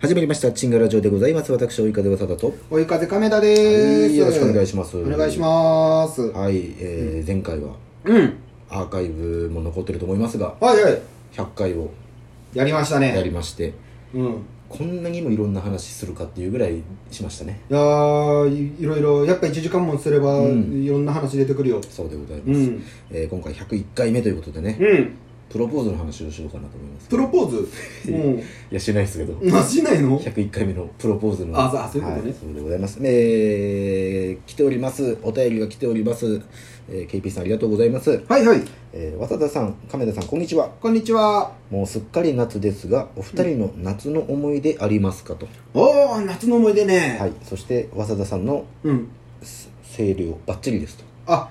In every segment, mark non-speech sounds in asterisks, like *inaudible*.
始まりましたチンガラジオでございます私及風和貞と追い風亀田ではす、いよろしくお願いしますお願いしますはい、えー前回はうんアーカイブも残ってると思いますがはいはい100回をやりましたねやりましてうんいこんなにもいろんな話するかっていうぐらいしましたねやーいいろいろやっぱ1時間もすれば、うんいろんな話出てくるよそうでございます、うんえー今回101回目ということでねうんプロポーズの話をしようかなと思いますプロポー *laughs* ズいやしないですけどうんなしないの101回目のプロポーズのあそうあそういうことねはそうでございますえー、来ておりますお便りが来ております、えー、KP さんありがとうございます、はいはいえー、渡田さん亀田さんこんにちはこんにちはもうすっかり夏ですがお二人の夏の思い出ありますかと、おお夏の思い出ねはいそして早稲田さんのうんす声量バッチリですとあ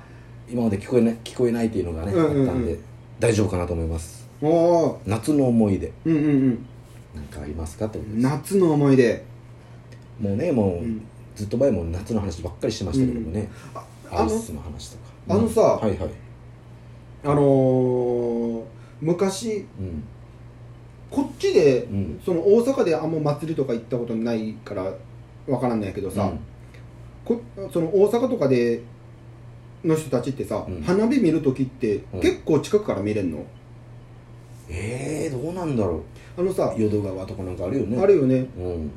今まで聞こえない聞こえないっていうのがね、うんうんうんあったんで大丈夫かなと思いますおお夏の思い出うんうんなんかありますかとうん夏の思い出もうねもう、うんずっと前も夏の話ばっかりしてましたけどもね、あアあイのスの話とかあのさうんはいはいあのー、昔うんこっちでうんその大阪であんま祭りとか行ったことないからわからんないけどさ、こその大阪とかでの人たちってさ、うん花火見るときってうん結構近くから見れんの、ええー、どうなんだろうあのさ、淀川とかなんかあるよねあるよねうん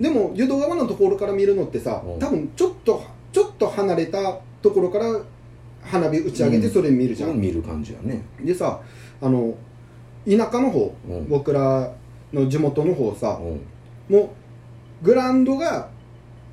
でも淀川のところから見るのってさ、うん多分ちょっとちょっと離れたところから花火打ち上げてうんそれ見るじそゃれをん、見る感じやねでさあの田舎の方うんうん僕らの地元の方さもうグラウンドが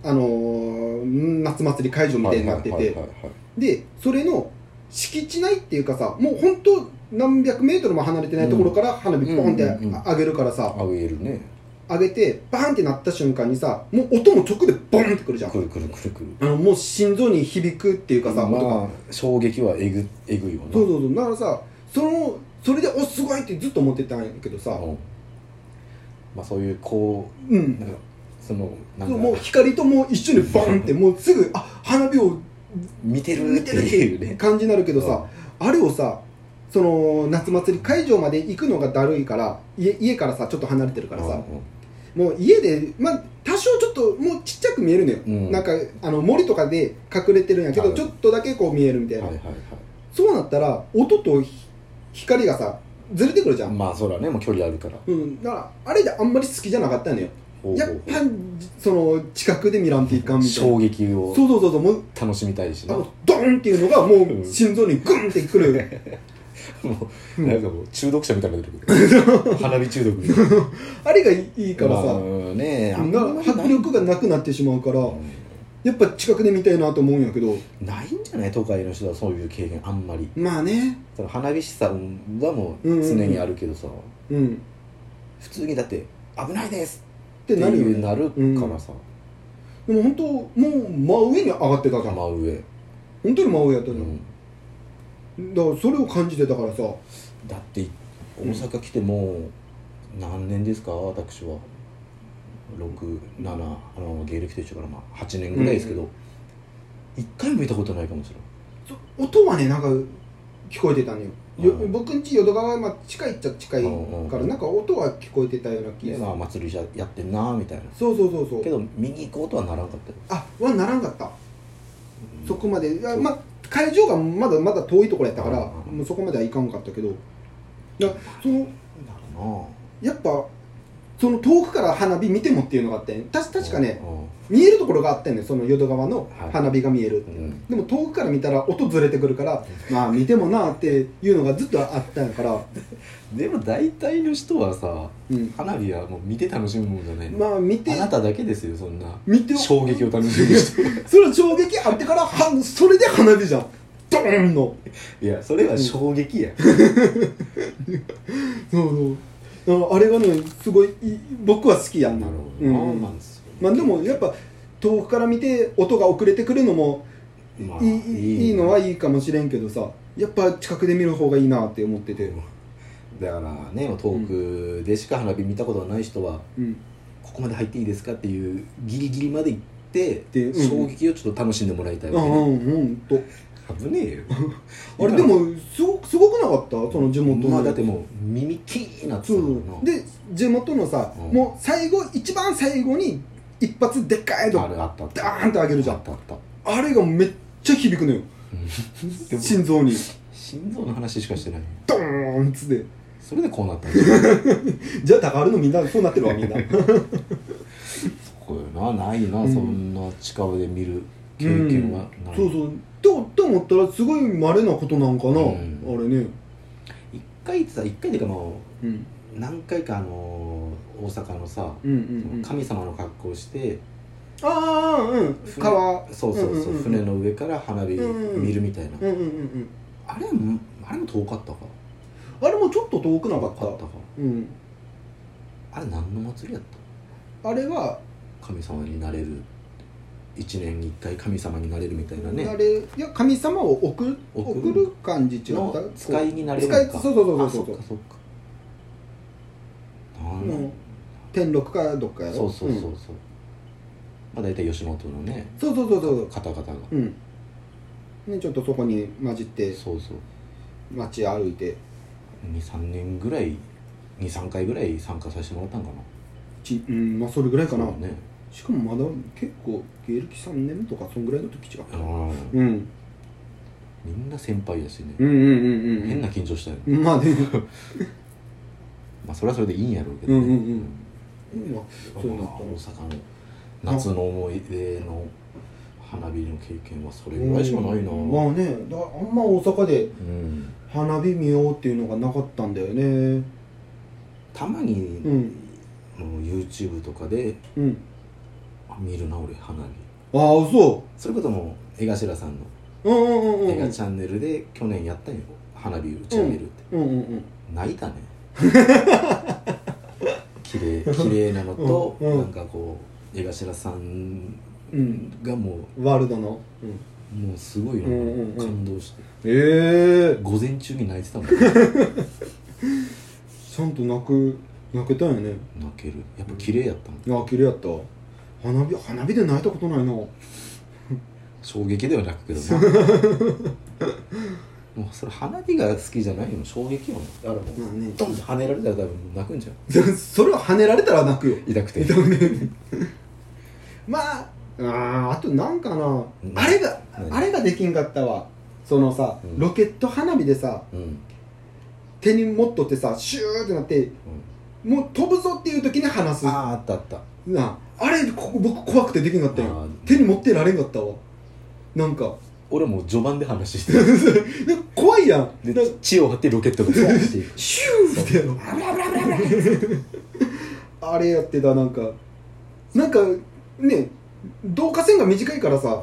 あのー夏祭り会場みたいになってて、はいはいはいはいはいでそれの敷地内っていうかさもう本当何百メートルも離れてないところから花火ポンってうんうんうんうん上げるからさあげるね上げてバーンってなった瞬間にさもう音も直でボンってくるじゃんくるくるくるくるあのもう心臓に響くっていうかさ、音がまあ衝撃はえぐえぐいよなそうそうそうだからさそのそれでおすごいってずっと思ってたんやけどさうんまあそういうこううなんんかそのなそうんもうか光ともう一緒にバンってもうすぐあ花火を見てる見っててるっいうていうね感じになるけどさ、あれをさその夏祭り会場まで行くのがだるいから家家からさちょっと離れてるからさ、もう家で、まあ、多少ちょっともうちっちゃく見えるのよ、うんなんかあの森とかで隠れてるんやけど、はいちょっとだけこう見えるみたういんな、はいはいそうなったら音とひ光がさずれてくるじゃはいん、まあそらねもう距離あるからうん、だからあれであんまり好きじゃなかったのよほうやっほうぱその近くで見らんといかんみたいな衝撃そうをそうそうそうもう楽しみたいしあなものドーンっていうのがもうんう心臓にグンってくうる、うんなんかもう中毒者みたいになってるけど花火中毒みたいなあれがいいからさ、うんねえあんなまりない迫力がなくなってしまうからうやっぱ近くで見たいなと思うんやけどんないんじゃない都会の人はそういう経験あんまりまあねその花火師さんはもう常にあるけどさ、うん普通にだって危ないですっっててなるよいうねなるからさ、でも本当もう真上に上がってたじゃん真上、本当に真上やったうじゃん、ん、だからそれを感じてたからさだって大阪来てもう何年ですか私は67あの芸歴と一緒からまあ8年ぐらいですけど、一回も見たことないかもしれないそ音はねなんか聞こえてたのよ、ようん僕んち淀川はまあ近いっちゃ近いかうんうんらなんか音は聞こえてたような気でがするまあ祭りやってんなみたいなそうそうそうそけうど見に行こうとはならんかったよ、あはならんかったそこまでいやそうまあ会場がまだまだ遠いところやったからうんうんもうそこまではいかんかったけどだからそのなるなやっぱその遠くから花火見てもっていうのがあってた確かね、うん見えるところがあったよねその淀川の花火が見えるっていう、うんでも遠くから見たら音ずれてくるからまあ見てもなっていうのがずっとあったんやから、でも大体の人はさうん、花火はもう見て楽しむもんじゃないの、まあ見てあなただけですよそんな見て衝撃を楽しむ人それは衝撃あってからはそれで花火じゃんドーンのいやそれは衝撃や、そうそうだからあれがねすごいいい僕は好きやんなるほどうな、んまあそまあでもやっぱ遠くから見て音が遅れてくるのもまあいいいいいいのはいいかもしれんけどさやっぱ近くで見る方がいいなって思ってて、だからね遠くでしか花火見たことがない人は、うん、ここまで入っていいですかっていうギリギリまで行ってでうん衝撃をちょっと楽しんでもらいたいああわけね、うんほんと危ねえよ *laughs* あれでもすごすごくなかったその地元の、まあだってもう耳キーなっそてたもうんなで地元のさ、うんもう最後一番最後に一発でっかいとあれあったあったダーンって上げるじゃんあったあったあれがめっちゃ響くのよでも *laughs* 心臓に心臓の話しかしてないドーンっつってそれでこうなったんだよじゃあ高原のみんなそうなってるわみんなすごいよなないな、うんそんな近場で見る *laughs* 経験はうんない、そうそうとと思ったらすごい稀なことなんかな、うんあれね一回ってさ一回っていうかもうんう何回かあのー大阪のさ、うんうんうん神様の格好をしてああうん船川そうそうそう,、うんうんうん船の上から花火見るみたいな、うんうんうんうんあれもあれも遠かったかあれもちょっと遠くなかった遠かかうんあれ何の祭りやっあれは、た神様になれる一年に一回神様になれるみたいなねあれいや神様を送る送送るる感じ違ったの使いになれるの使いかそうそうそうそうあそっかそっかなんだもう天禄かどっかやろそうそうそうそんう、まあ大体吉本のねそうそうそうそう方々が、うんねちょっとそこに混じってそうそう街歩いて23年ぐらい23回ぐらい参加させてもらったんかなちうんまあそれぐらいかな、そうねしかもまだ結構芸歴3年とかそんぐらいの時違うあーうんみんな先輩やしねう、んうんうんうん変な緊張したよ、ま *laughs* あでもまあそれはそれでいいんやろうけど、ねうんうんうんまあまあそうな大っ阪の夏の思い出の花火の経験はそたれぐらいしかないな、まあねだあんま大阪でうん、花火見ようっていうのがなかったんだよねたまに、うんもう YouTube とかでうんあ見るな俺花火ああそそれこそもう江頭さんのううんうんうんうん映画チャンネルで去年やったんよ花火打ち上げるって、うんうんうん泣い *laughs* たね綺麗綺麗なのと、うんうんなんかこう江頭さんうんがもワールドの、うもうすごいの、うんうんうん感動してええ午前中に泣いてた *laughs* もんちゃんと泣く泣けたよね泣けるやっぱ綺麗やったもんいや綺麗やった花火花火で泣いたことないな衝撃ではなくけどな *laughs* もうそれ花火が好きじゃないの衝撃よねだからもう、まあねドンって跳ねられたら多分泣くんじゃんそれは跳ねられたら泣くよ痛くて痛くねまああーあとなんかな、あれが何あれができんかったわそのさ、うんロケット花火でさうん、うん、手に持っとってさシューってなってもう飛ぶぞっていう時に離すあなああったあったああれここ僕怖くてできんかったあよー手に持ってられんかったわなんか俺もう序盤で話してたで怖いやんでだ血を張ってロケットがボン *laughs* っていくシューってやろあれやってたなんかなんかね導火線が短いからさ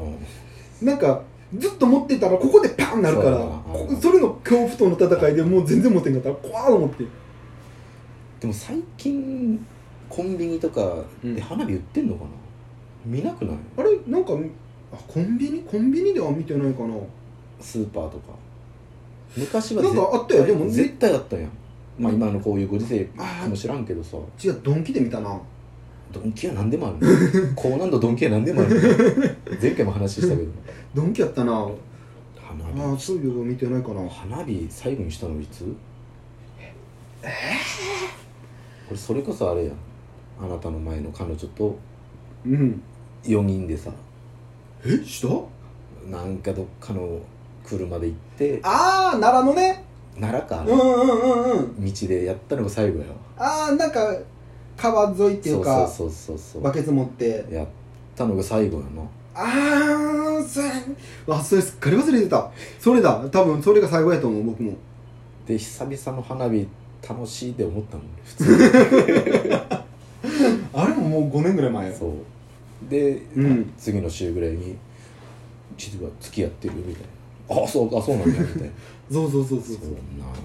なんかずっと持ってたらここでパンなるからそうだなこそれの恐怖との戦いでもう全然持てんかったら怖いと思ってでも最近コンビニとかで花火売ってんのかな、見なくないあれなんかあコンビニコンビニでは見てないかなスーパーとか昔はなんかあったよでも絶対あったやんまあ今のこういうご時世かもしらんけどさ違うドンキで見たなドンキは何でもあ *laughs* る高難度ドンキは何でもある前回も話したけどドンキやったなあ花あそういうの見てないかな火花火最後にしたのいつこれそれこそあれやんあなたの前の彼女とうん4人でさえしたなんかどっかの車で行ってああ奈良のね奈良かあうれんうんうんうん道でやったのが最後やわああなんか川沿いっていうかそうそうそうそバケツ持ってうやったのが最後やなああそれあそれすっかり忘れてたそれだ多分それが最後やと思う僕もで久々の花火楽しいって思ったの普 *laughs* 通あれももう5年ぐらい前にそうでうん次の週ぐらいに「実は付き合ってる」みたいな「あそうかそうなんだ」みたい *laughs* なそうそうそうそそうそうんななっ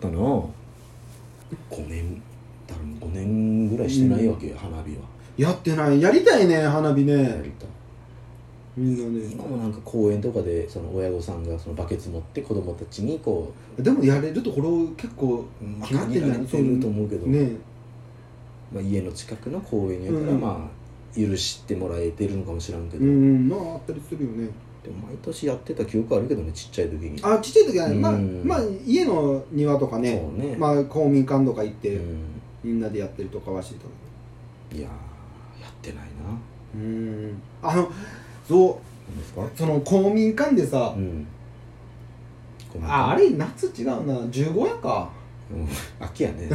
たな5年多分5年ぐらいしてないわけよ、花火はやってないやりたいね花火やねりたいみんなね今もなんか公園とかでその親御さんがそのバケツ持って子供たちにこでもやれるところ結構う、まあ、決まっ限てんだらよれてると思うけど、ねまあ、家の近くの公園やから、うんまあ許してもらえてるのかもしらんけうど、んうんまああったりするよねでも毎年やってた記憶あるけどねちっちゃい時にあちっちゃい時はね、まあうんまあ、家の庭とかそうねねまあ、公民館とか行っうて、んみんなでやったりとかはしてたいやーやってないなうんあのそ何ですかうその公民館でさ、うんごめんああれ夏違うな15夜かうん秋やね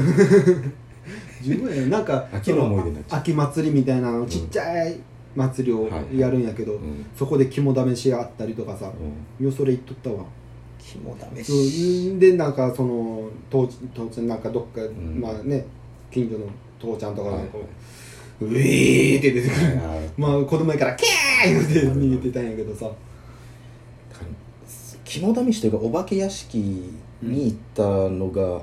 15夜 *laughs* なんか秋の思い出になっちそゃのう秋祭りみたいなのんちっちゃい祭りをはいやるんやけど、うんそこで肝試しあったりとかさうんよそれ行っとったわ肝試そしうでなんかその父ち父ちゃんなんかどっか、んまあね近所の父ちゃんとかなんか、はいうえーって出てくるあーまあ子供やからキャー言うて逃げてたんやけどさか肝試しというかお化け屋敷に行ったのが、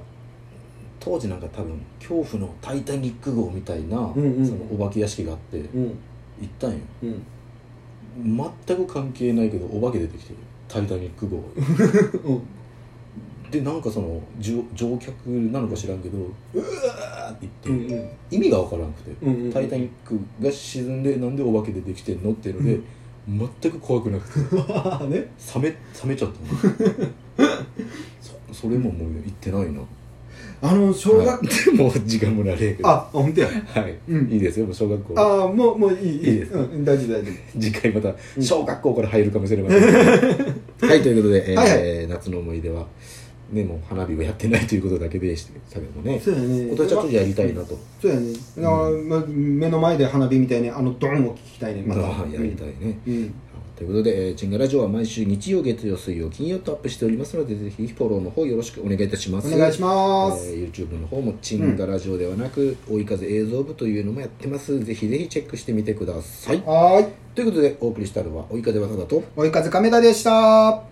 当時なんか多分恐怖の「タイタニック号」みたいな、んうんそのお化け屋敷があって行うんったんようん全く関係ないけどお化け出てきてる「タイタニック号」 *laughs* うんでなんかその乗乗客なのか知らんけど「うわ!」ってう言って、意ん味がわからなくてうんう「んタイタニック」が沈んでなんでお化け出てきてんのっていうので、全く怖くなくてックね冷め冷めちゃった *laughs* のそそれももう行ってないなあの小 *laughs* 学はいもう時間もられああ本当やはい、うんいいですよもう小学校ああもうもういいいいいいですかうん、大丈夫大丈夫次回またうん小学校から入るかもしれま *laughs* せんはいということで、えーはい夏の思い出はねもう花火をやってないということだけでしたけどもねそうやね今年はちょっとやりたいなと、そうやねだから、ま目の前で花火みたいにあのドンを聞きたいねまたあーやりたいね、うんということで、えー、チンガラジオは毎週日曜、月曜、水曜、金曜とアップしておりますので、ぜひフォローの方よろしくお願いいたします。お願いしまえす、ー YouTube の方もチンガラジオではなく、追い風映像部というのもやってます。ぜひぜひチェックしてみてください。はーいということで、お送りしたのは、追い風技だと。追い風亀田でした